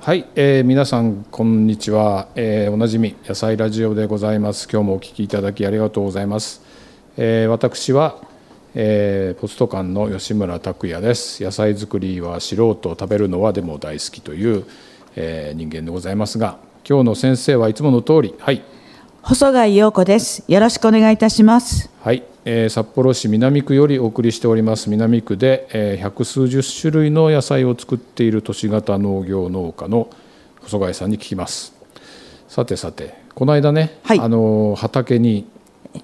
はい、えー皆さんこんにちは、えーおなじみ野菜ラジオでございます今日もお聞きいただきありがとうございます、えー私は、えーポスト館の吉村拓也です野菜作りは素人食べるのはでも大好きという、えー人間でございますが今日の先生はいつもの通りはい細貝陽子です。よろしくお願いいたします。はい、えー札幌市南区よりお送りしております南区で、えー百数十種類の野菜を作っている都市型農業農家の細貝さんに聞きますさてさてこの間ね、はいあのー畑に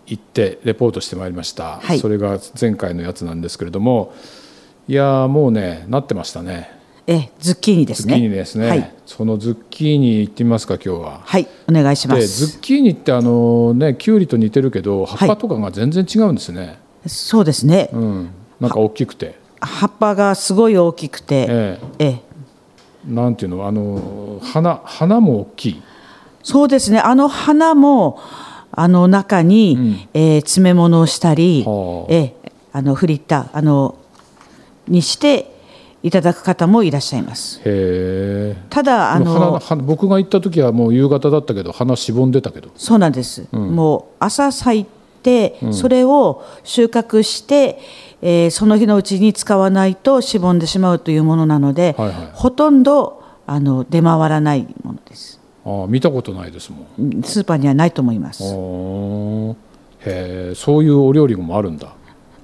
行ってレポートしてまいりました、はいそれが前回のやつなんですけれどもいやーもうねなってましたねえ、ズッキーニでズすッね。キーニですね、はい、そのズッキーニ行ってみますか今日ははい、お願いしま。ですズッキーニってあのーねきゅうりと似てるけど葉っぱとかが全然違うんですね、そうですね、うん、なんか大きくて、葉っぱがすごい大きくて、えええ、なんていうのあの花花も大きい、そうですね。あの花もあの中に、えー詰め物をしたり、はあええあのフリッターあのにしていただく方もいらっしゃいます。へえただあでも花の花僕が行った時はもう夕方だったけど花しぼんでたけどそうなんです、もう朝咲いて、それを収穫して、えーその日のうちに使わないとしぼんでしまうというものなので、はいはいほとんどあの出回らないものですああ見たことないですもんうんスーパーにはないと思いますああへえそういうお料理もあるんだ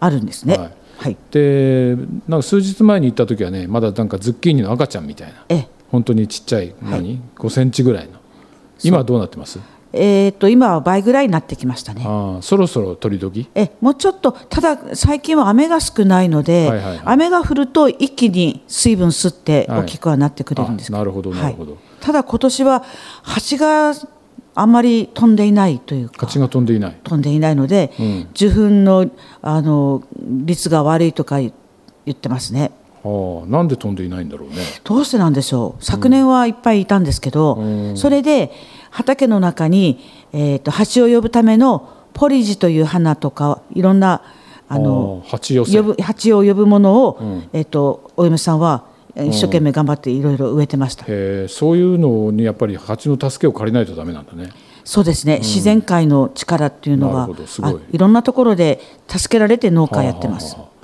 あるんですねははいい、でなんか数日前に行った時はねまだなんかズッキーニの赤ちゃんみたいなええ本当にちっちゃい何、5センチぐらいの今はどうなってますえーと今は倍ぐらいになってきましたねああそろそろ取り時えもうちょっとただ最近は雨が少ないので、はいはいはい雨が降ると一気に水分吸ってはい大きくはなってくれるんですけあなるほどなるほどはいただ今年は蜂があんまり飛んでいないというか勝ちが飛んでいない飛んでいないので、受粉のあの率が悪いとか言ってますねああなんで飛んでいないんだろうねどうしてなんでしょう昨年はいっぱいいたんですけど、それで畑の中に、えー、と蜂を呼ぶためのポリジという花とかいろんなあのああ蜂寄せ呼ぶ蜂を呼ぶものを、えっ、とお嫁さんはえー一生懸命頑張っていろいろ植えてました。へえそういうのにやっぱり蜂の助けを借りないとダメなんだねそうですね、自然界の力っていうのなはるほどすごいあいろんなところで助けられて農家やってます。はあはあはあ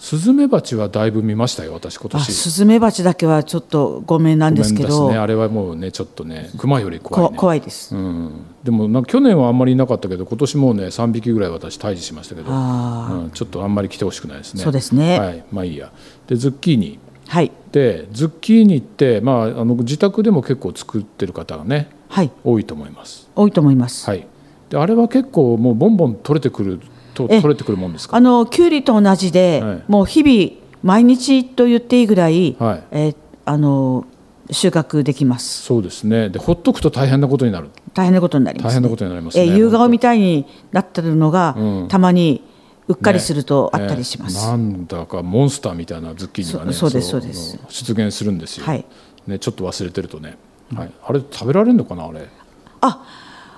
スズメバチはだいぶ見ましたよ私今あ年スズメバチだけはちょっとごめんなんですけごめんど、ねあれはもうねちょっとね熊よりこ怖いね怖いです。うん、でもなんか去年はあんまりいなかったけど今年もうね3匹ぐらい私退治しましたけど、あうん、ちょっとあんまり来てほしくないですねそうですねはい、まあいいやでズッキーニはいでズッキーニって、まあ、あの自宅でも結構作ってる方がねはい多いと思います多いと思います。はい、であれは結構もうボンボン取れてくるとえ取れてくるもんですかあのキュウリと同じで、はいもう日々毎日と言っていいぐらい、はいえーあの収穫できます。そうですねでほっとくと大変なことになる大変なことになりま大す、ね。変なことになりますねえー夕顔みたいになってるのが、たまにうっうかりするとあったりします。なんだかモンスターみたいなズッキーニがねそうそうですそうですの出現するんですよ、はいね、ちょっと忘れてるとね、はい、あれ食べられるのかなあれ、あ、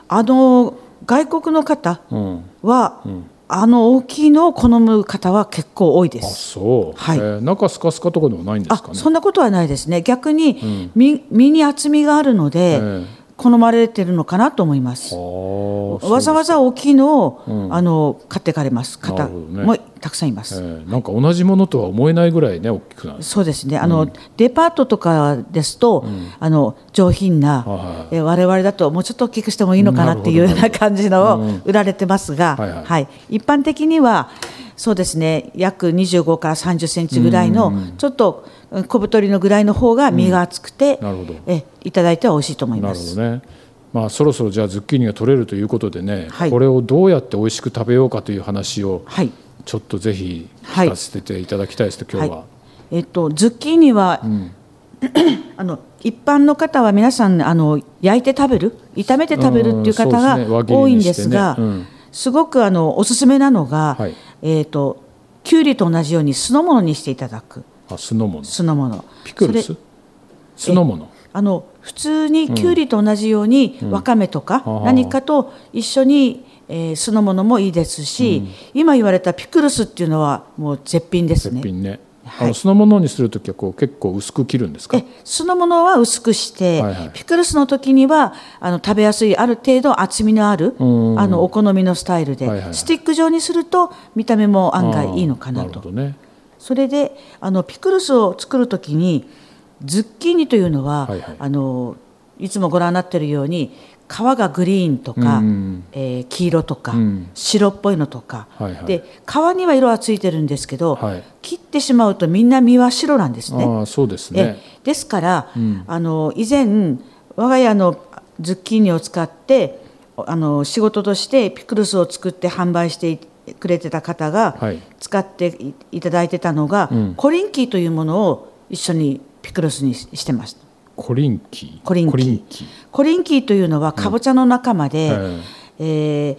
あの外国の方うん、は、あの大きいのを好む方は結構多いであす。そう、はいえー中スカスカとかでもないんであすかねそんなことはないですね。逆に、み身に厚みがあるので、ええ好まれてるのかなと思います。ああわざわざ大きいのを、あの買ってかれますな方るほどねもたくさんいまえす。ーなんか同じものとは思えないぐらいね大きくなるそうですね。あの、デパートとかですと、あの上品な、はいはいはいえ我々だともうちょっと大きくしてもいいのかなっていうような感じのを売られてますが、はいははいい、一般的にはそうですね。約25から30センチぐらいの、ちょっとうん小太りのぐらいの方が身が厚くて、うんなるほどえいただいては美味しいと思いなまるほす。どね。まあそろそろじゃあズッキーニが取れるということでね、はいこれをどうやって美味しく食べようかという話をはい。ちょっとぜひはい聞かせていただきたいです今日は。い、えっとズッキーニは、 あの一般の方は皆さんあの焼いて食べる炒めて食べるっていう方がうんそうですね輪切りにしてね多いんですがうんすごくあのおすすめなのが、はいえっときゅうりと同じように酢の物にしていただくあ酢の物。酢の物ピクルスそれ？酢の物。あの普通にきゅうりと同じように、わかめとかはあ何かと一緒に、えー酢の物もいいですし、今言われたピクルスっていうのはもう絶品ですね絶品ね。あの酢の物にするときはこう結構薄く切るんですかえ酢の物は薄くして、はいはいピクルスの時にはあの食べやすいある程度厚みのあるあうんのお好みのスタイルで、はいはいはいスティック状にすると見た目も案あ外ーいいのかなるほとどねそれであのピクルスを作る時にズッキーニというのは、はいいはいあのいつもご覧になっているように皮がグリーンとか、うんえー黄色とか、うん白っぽいのとか、はいはいで皮には色はついてるんですけど、はい切ってしまうとみんな身は白なんですね。ああそうですねええですから、んあの以前我が家のズッキーニを使ってあの仕事としてピクルスを作って販売してくれてた方がはい使っていいただいてたのが、うんコリンキーというものを一緒にピクルスにししてました。コリンキーコリンキーコリンキーというのはかぼちゃの仲間で、うんえー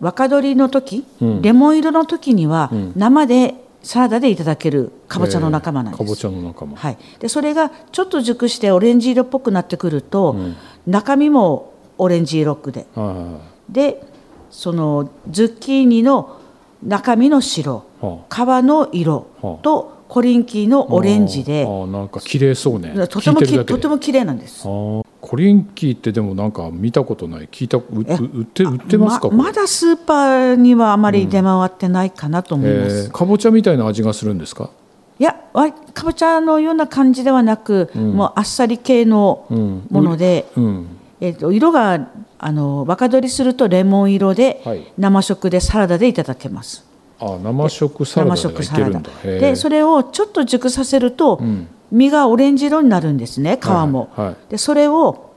若鶏の時、うんレモン色の時にはうん生でサラダでいただけるかぼちゃの仲間なんです。ええかぼちゃの仲間はい、でそれがちょっと熟してオレンジ色っぽくなってくると、うん中身もオレンジ色くであでそのズッキーニの中身の白あは皮の色はあとコリンキーのあオレンジでああなんか綺麗そうねとても聞いてきるだけとでても綺麗なんです。ああコリンキーってでもなんか見たことない聞いたううえ売って売ってますかこれままだスーパーにはあまり出回ってないかなと思います。えーかぼちゃみたいな味がするんですかいやわかぼちゃのような感じではなく、もうあっさり系のうんもので、うんえっと色があの若取りするとレモン色で、はい生食でサラダでいただけますあ生食サラダ生食がいけるんだへえでそれをちょっと熟させると、ん身がオレンジ色になるんですね皮も、はいはいはいでそれを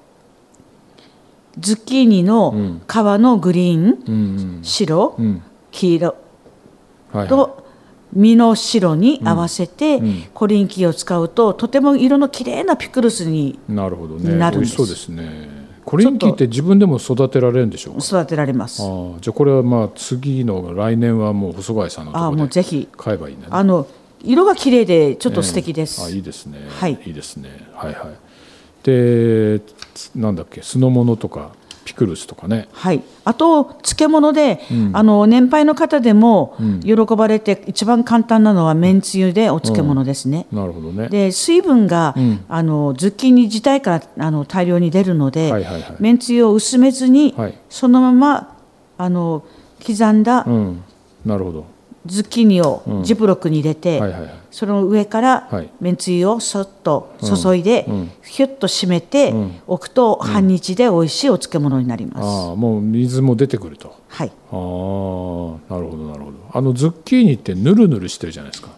ズッキーニのうん皮のグリーン、うん白、うんうん黄色はいはいと身の白に合わせて、うんコリンキーを使うととても色の綺麗なピクルスになるほどね。なるん美で味しすそうですね。コリンキーって自分でも育てられるんでしょうか。育てられます。ああ、じゃあこれはまあ次の来年はもう細貝さんのとああこもろうでぜひ買えばいいね。あの色が綺麗でちょえっえと素敵です。あ、いいですね。はいいですね。はいはい。で、つなんだっけ、酢の物とかピクルスとかね。はい、あと漬物で、あの年配の方でも喜ばれて、一番簡単なのはめんつゆでお漬物ですね。なるほどね。で水分が、んあのズッキーニ自体からあの大量に出るので、はいはいはいめんつゆを薄めずに、はいそのままあの刻んだうん。なるほど。ズッキーニをジップロックに入れて、はいはいはい。その上からはいめんつゆをそっと注いで、うんひゅっと締めてんおくと、半日で美味しいお漬物になります。ああ、もう水も出てくると。はああ、い、なるほどなるほど。あのズッキーニってぬるぬるしてるじゃないですか。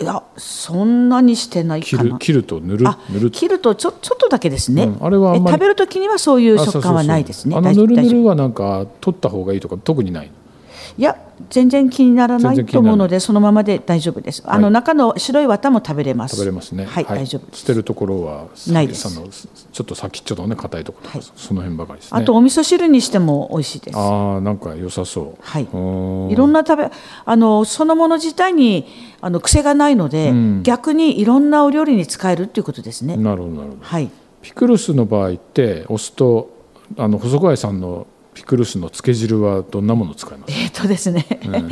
いやそんなにしてない切かるな。切るとぬるあぬるっと切るとちょちょっとだけですね。うんあれはあんえまり食べるときにはそういうあそう食そうそう感はないですね。あの大ぬる大ぬ丈夫るはなんか取った方がいいとか特にない。いや全然気にならな全然い気になとらない思うのでそのままで大丈夫です。あはのい中の白い綿も食べれます。食べれますね。はい、大丈夫です。捨てるところはないですさのちょっと先っちょのね硬いところとか、はいその辺ばかりですね。あとお味噌汁にしても美味しいです。あーなんか良さそう。はいうーんいろんな食べあのそのもの自体にあの癖がないので、うん逆にいろんなお料理に使えるっていうことですね。なるほどなるほど。はい、ピクルスの場合ってお酢とあの細貝さんのピクルスの漬け汁はどんなものを使いますか。えっとですね、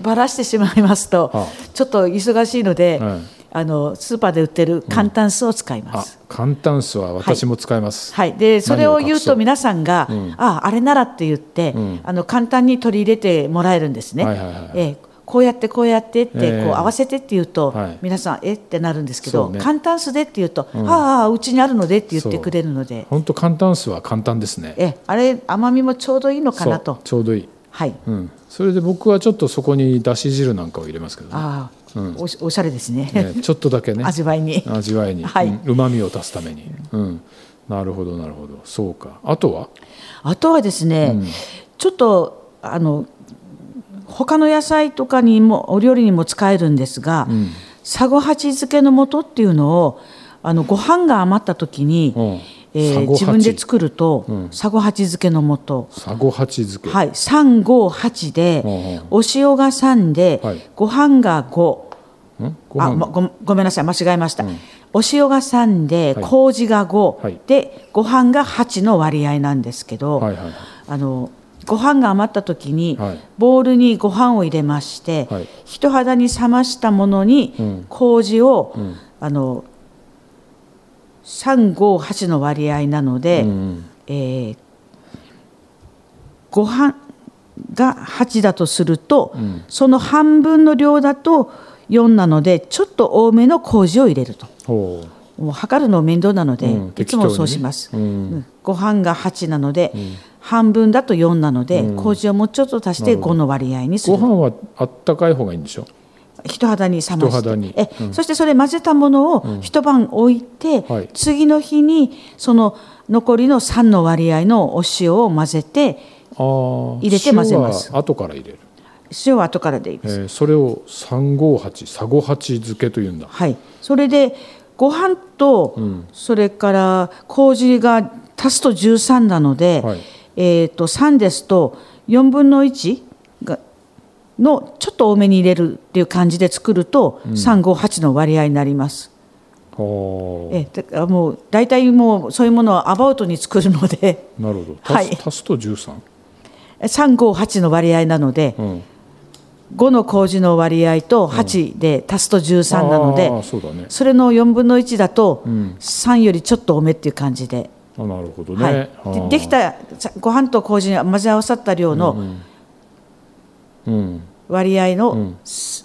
ばらしてしまいますと、はあちょっと忙しいので、はいあのスーパーで売ってる簡単酢を使いまあす。、簡単酢は私も使います。はい、でそれを言う何を隠そとう皆さんが、ああれならって言って、んあの簡単に取り入れてもらえるんですね。はいはいはいえーこうやってこうやってって、ええこう合わせてって言うと、はい皆さんえってなるんですけど、そうね簡単酢でって言うと、ああうちにあるのでって言ってくれるので、本当簡単酢は簡単ですね。えあれ甘みもちょうどいいのかなそうと。ちょうどいい。はい。うん、それで僕はちょっとそこにだし汁なんかを入れますけど、ねああ、おしおしゃれですね。ね、ちょっとだけね 味わいに。味わいにはいうんうまみを足すために、うん、なるほどなるほどそうかあとはあとはですね、ちょっとあの他の野菜とかにもお料理にも使えるんですが、サゴハチ漬けの素っていうのをあのご飯が余った時に、うんえーサゴハチ自分で作ると、サゴハチ漬けの素サゴハチ漬け、はい358で、うんお塩が3で、はいご飯が5うんごあ飯まごごめんなさい間違えました、お塩が3で、麹が5、はいでご飯が8の割合なんですけど、はいはいはいあのご飯が余った時に、はいボウルにご飯を入れまして、はい人肌に冷ましたものに、うん麹を、んあの358の割合なので、うんえーご飯が8だとすると、んその半分の量だと4なのでちょっと多めの麹を入れると。ほうもう測るの面倒なので、うんいつもそうしま適す、当にねうんうんご飯が8なので、半分だと4なので、麹をもうちょっと足して5の割合にすごる飯はあったかい方がいいんでしょ人肌に冷ま人して肌にえそしてそれ混ぜたものを一晩置いて、はい次の日にその残りの3の割合のお塩を混ぜてあー入れて混ぜます塩は後から入れる、塩は後からでいいえです、ーそれを358サゴ八漬けというんだはい、それでご飯と、それから麹が足すと13なので、はいえー、と3ですと4分の1がのちょっと多めに入れるっていう感じで作ると、358の割合になります。ほうえだからもう大体もうそういうものはアバウトに作るので なるほど足す,、はい足すと 13? 358の割合なのでうん5の麹の割合と8で足すと13なので、あーそうだねそれの4分の1だと3よりちょっと多めっていう感じで、あなるほどはいね、あーでできたさご飯と麹に混ぜ合わさった量のうん割合のす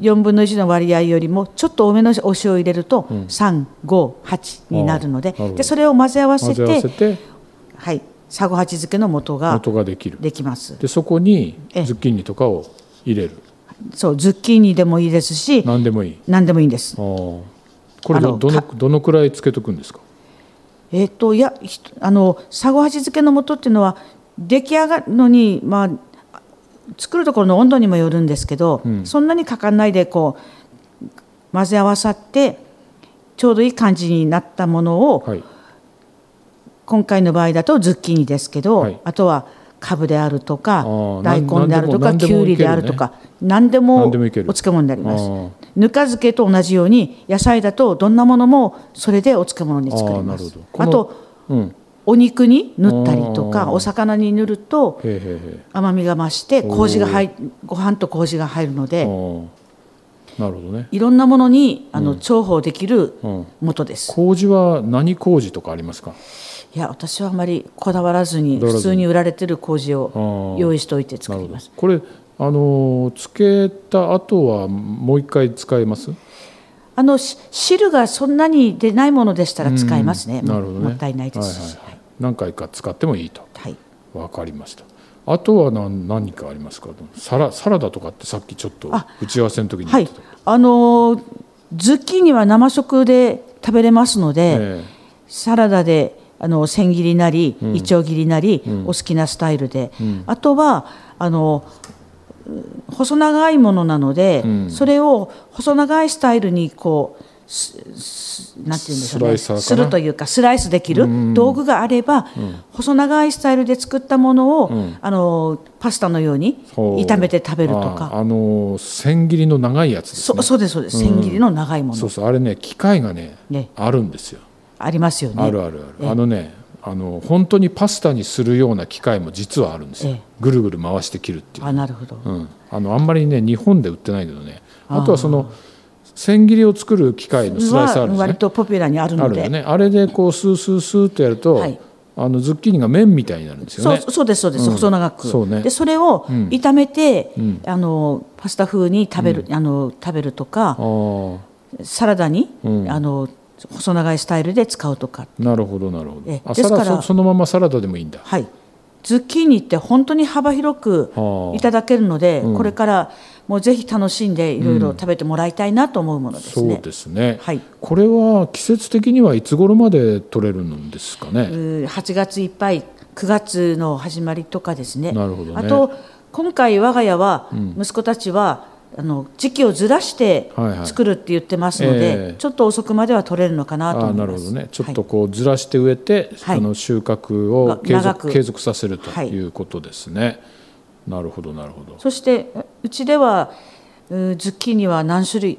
4分の1の割合よりもちょっと多めのお塩を入れると358になるので,、あーなるほどでそれを混ぜ合わせ混ぜて合わせてはい、サゴハチ漬けの素が元ができるできます。でそこにええズッキーニとかを入れるそう、ズッキーニでもいいですし、何でもいい何でもいいんですあ。ーこれあどのどのかどのくらいつけとくんですかえっ、といやひとあのサゴハチ漬けの素っていうのは出来上がるのにまあ作るところの温度にもよるんですけど、そんなにかかんないでこう混ぜ合わさってちょうどいい感じになったものを、はい今回の場合だとズッキーニですけど、はいあとはカブであるとかあー大根であるとなかんでもきゅうりであるとか何でも何おでもいける漬物になりまあすーぬか漬けと同じように野菜だとどんなものもそれでお漬物に作りまあーなするほどあとうんお肉に塗ったりとかお魚に塗るとへえへえへえ甘みが増して麹が入ご飯と麹が入るのあでーなるほどねいろんなものにあの重宝できるうん元です、麹は何麹とかありますかいや私はあまりこだわらずにこだわら普ずに通に売られてる麹あをー用意しておいてな作るりほどますこれあのつけた後はもう一回使えますあのし汁がそんなに出ないものでしたら使えますね,、なるほどねもったいないですはいし、はいはい何回か使ってもいいとはいわかりましたあとは何何かありますかサラサラダとかってさっきちょっと打ち合わせの時には言っいてた、あのーズッキーニは生食で食べれますので、えサラダであの千切りなり、いちょう切りなり、お好きなスタイルで、あとはあのう細長いものなので、それを細長いスタイルにこうすすなんて言うんでしスょうねライサーかなするというかスライスできる道具があれば、細長いスタイルで作ったものを、あのパスタのようにほう炒めて食べるとかあーあのー千切りの長いやつですそねそうですそうです千切りの長いもの、そうそうあれね機械がねねあるんですよありますよねあるあるあるあのねあの本当にパスタにするような機械も実はあるんですよええぐるぐる回して切るっていうあなるほど、うん、あのあんまりね日本で売ってないけどねあとはその千切りを作る機械のスライサーあるんです割ねとポピュラーにあるあのるでよねあれでこうスースースーってやると、はいあのズッキーニが麺みたいになるんですよねそうそうですそうです、細長くそうねでそれを炒めて、あのパスタ風に食べる、あの食べるとあかーサラダに、あの細長いスタイルで使うとかなるほどなるほどえあですサからラそそのままサラダでもいいんだはいズッキーニって本当に幅広くはあいただけるので、これからもうぜひ楽しんでいろいろ食べてもらいたいなと思うものですそうね。ですね、はいこれは季節的にはいつ頃まで取れるんですかね、うー8月いっぱい9月の始まりとかですねなるほどねあと今回我が家は息子たちは、あの時期をずらしてはいはい作るって言ってますので、ええちょっと遅くまでは取れるのかなとあ思あいますなるほどねちょっはとこうずらして植えて、はいあの収穫を継が長続く継続させるとはいいうことですね、なるほどなるほどいそしてうちではうーズッキーニは何種類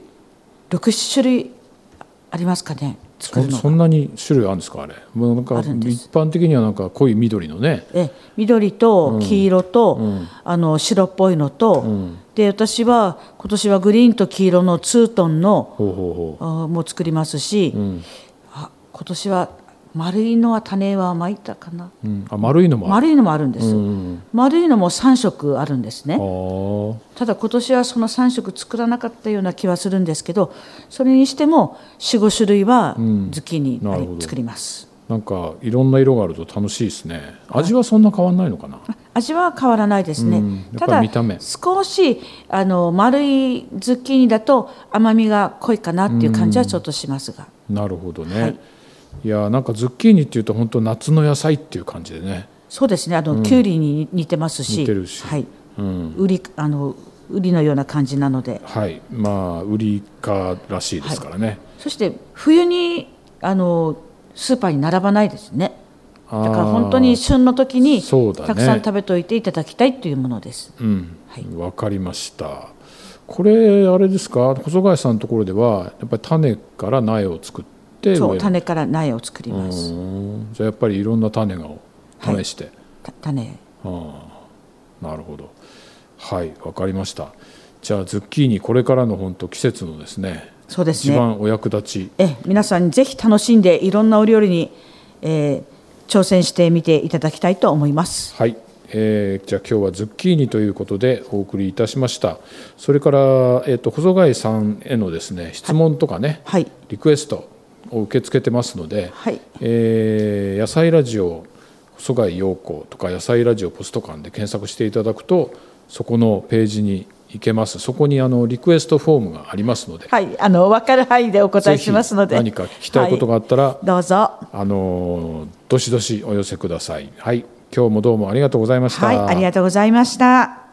67種類ありますかね作るのそがそんなに種類あるんですかあれもうなんかあ一るんです般的にはなんか濃い緑のねえ緑と黄色と、うんあの白っぽいのと、んで私は今年はグリーンと黄色のツートンのほうほうほあーも作りますし、う、うんあ今年は丸いのは種はまいたかなうん、あ丸いのもある丸いのもあるんです、うん丸いのも3色あるんですあねーただ今年はその3色作らなかったような気はするんですけどそれにしても45種類はんズッキーニ、なるほどはい作りますなんかいろんな色があると楽しいですね味はそんな変わんないのかな味は変わらないですね、うんやたっぱだり見た目少しあの丸いズッキーニだと甘みが濃いかなっていう感じはちょっとしますが、なるほどね、はいい、やなんかズッキーニっていうと本当夏の野菜っていう感じでねそうですねあの、きゅうりに似てますし似てるしはい、うん売りあの売りのような感じなのではいまあウリ科らしいですからね、そして冬にあのスーパーに並ばないですねだから本当あにー旬の時にそうだねたくさん食べといていただきたいっていうものです、うんはいわかりましたこれあれですか細貝さんのところではやっぱり種から苗を作って植えるそう種から苗を作りうます、ーんじゃあやっぱりいろんな種を試して、た種ああなるほどはいわかりましたじゃあズッキーニこれからの本当季節のですねそうです一ね番お役立ちええ皆さんぜひ楽しんでいろんなお料理に、えー挑戦してみていただきたいと思いますはい、えーじゃあ今日はズッキーニということでお送りいたしましたそれから、えー、と細貝さんへのですね質問とかね、はいリクエストを受け付けてますので、はいえー野菜ラジオ細貝陽子とか野菜ラジオポスト館で検索していただくとそこのページに行けますそこにあのリクエストフォームがありますので、はいあの分かる範囲でお答えしますのでぜひ何か聞きたいことがあったら、はいどうぞあのーどしどしお寄せください。はい、今日もどうもありがとうございました。はいありがとうございました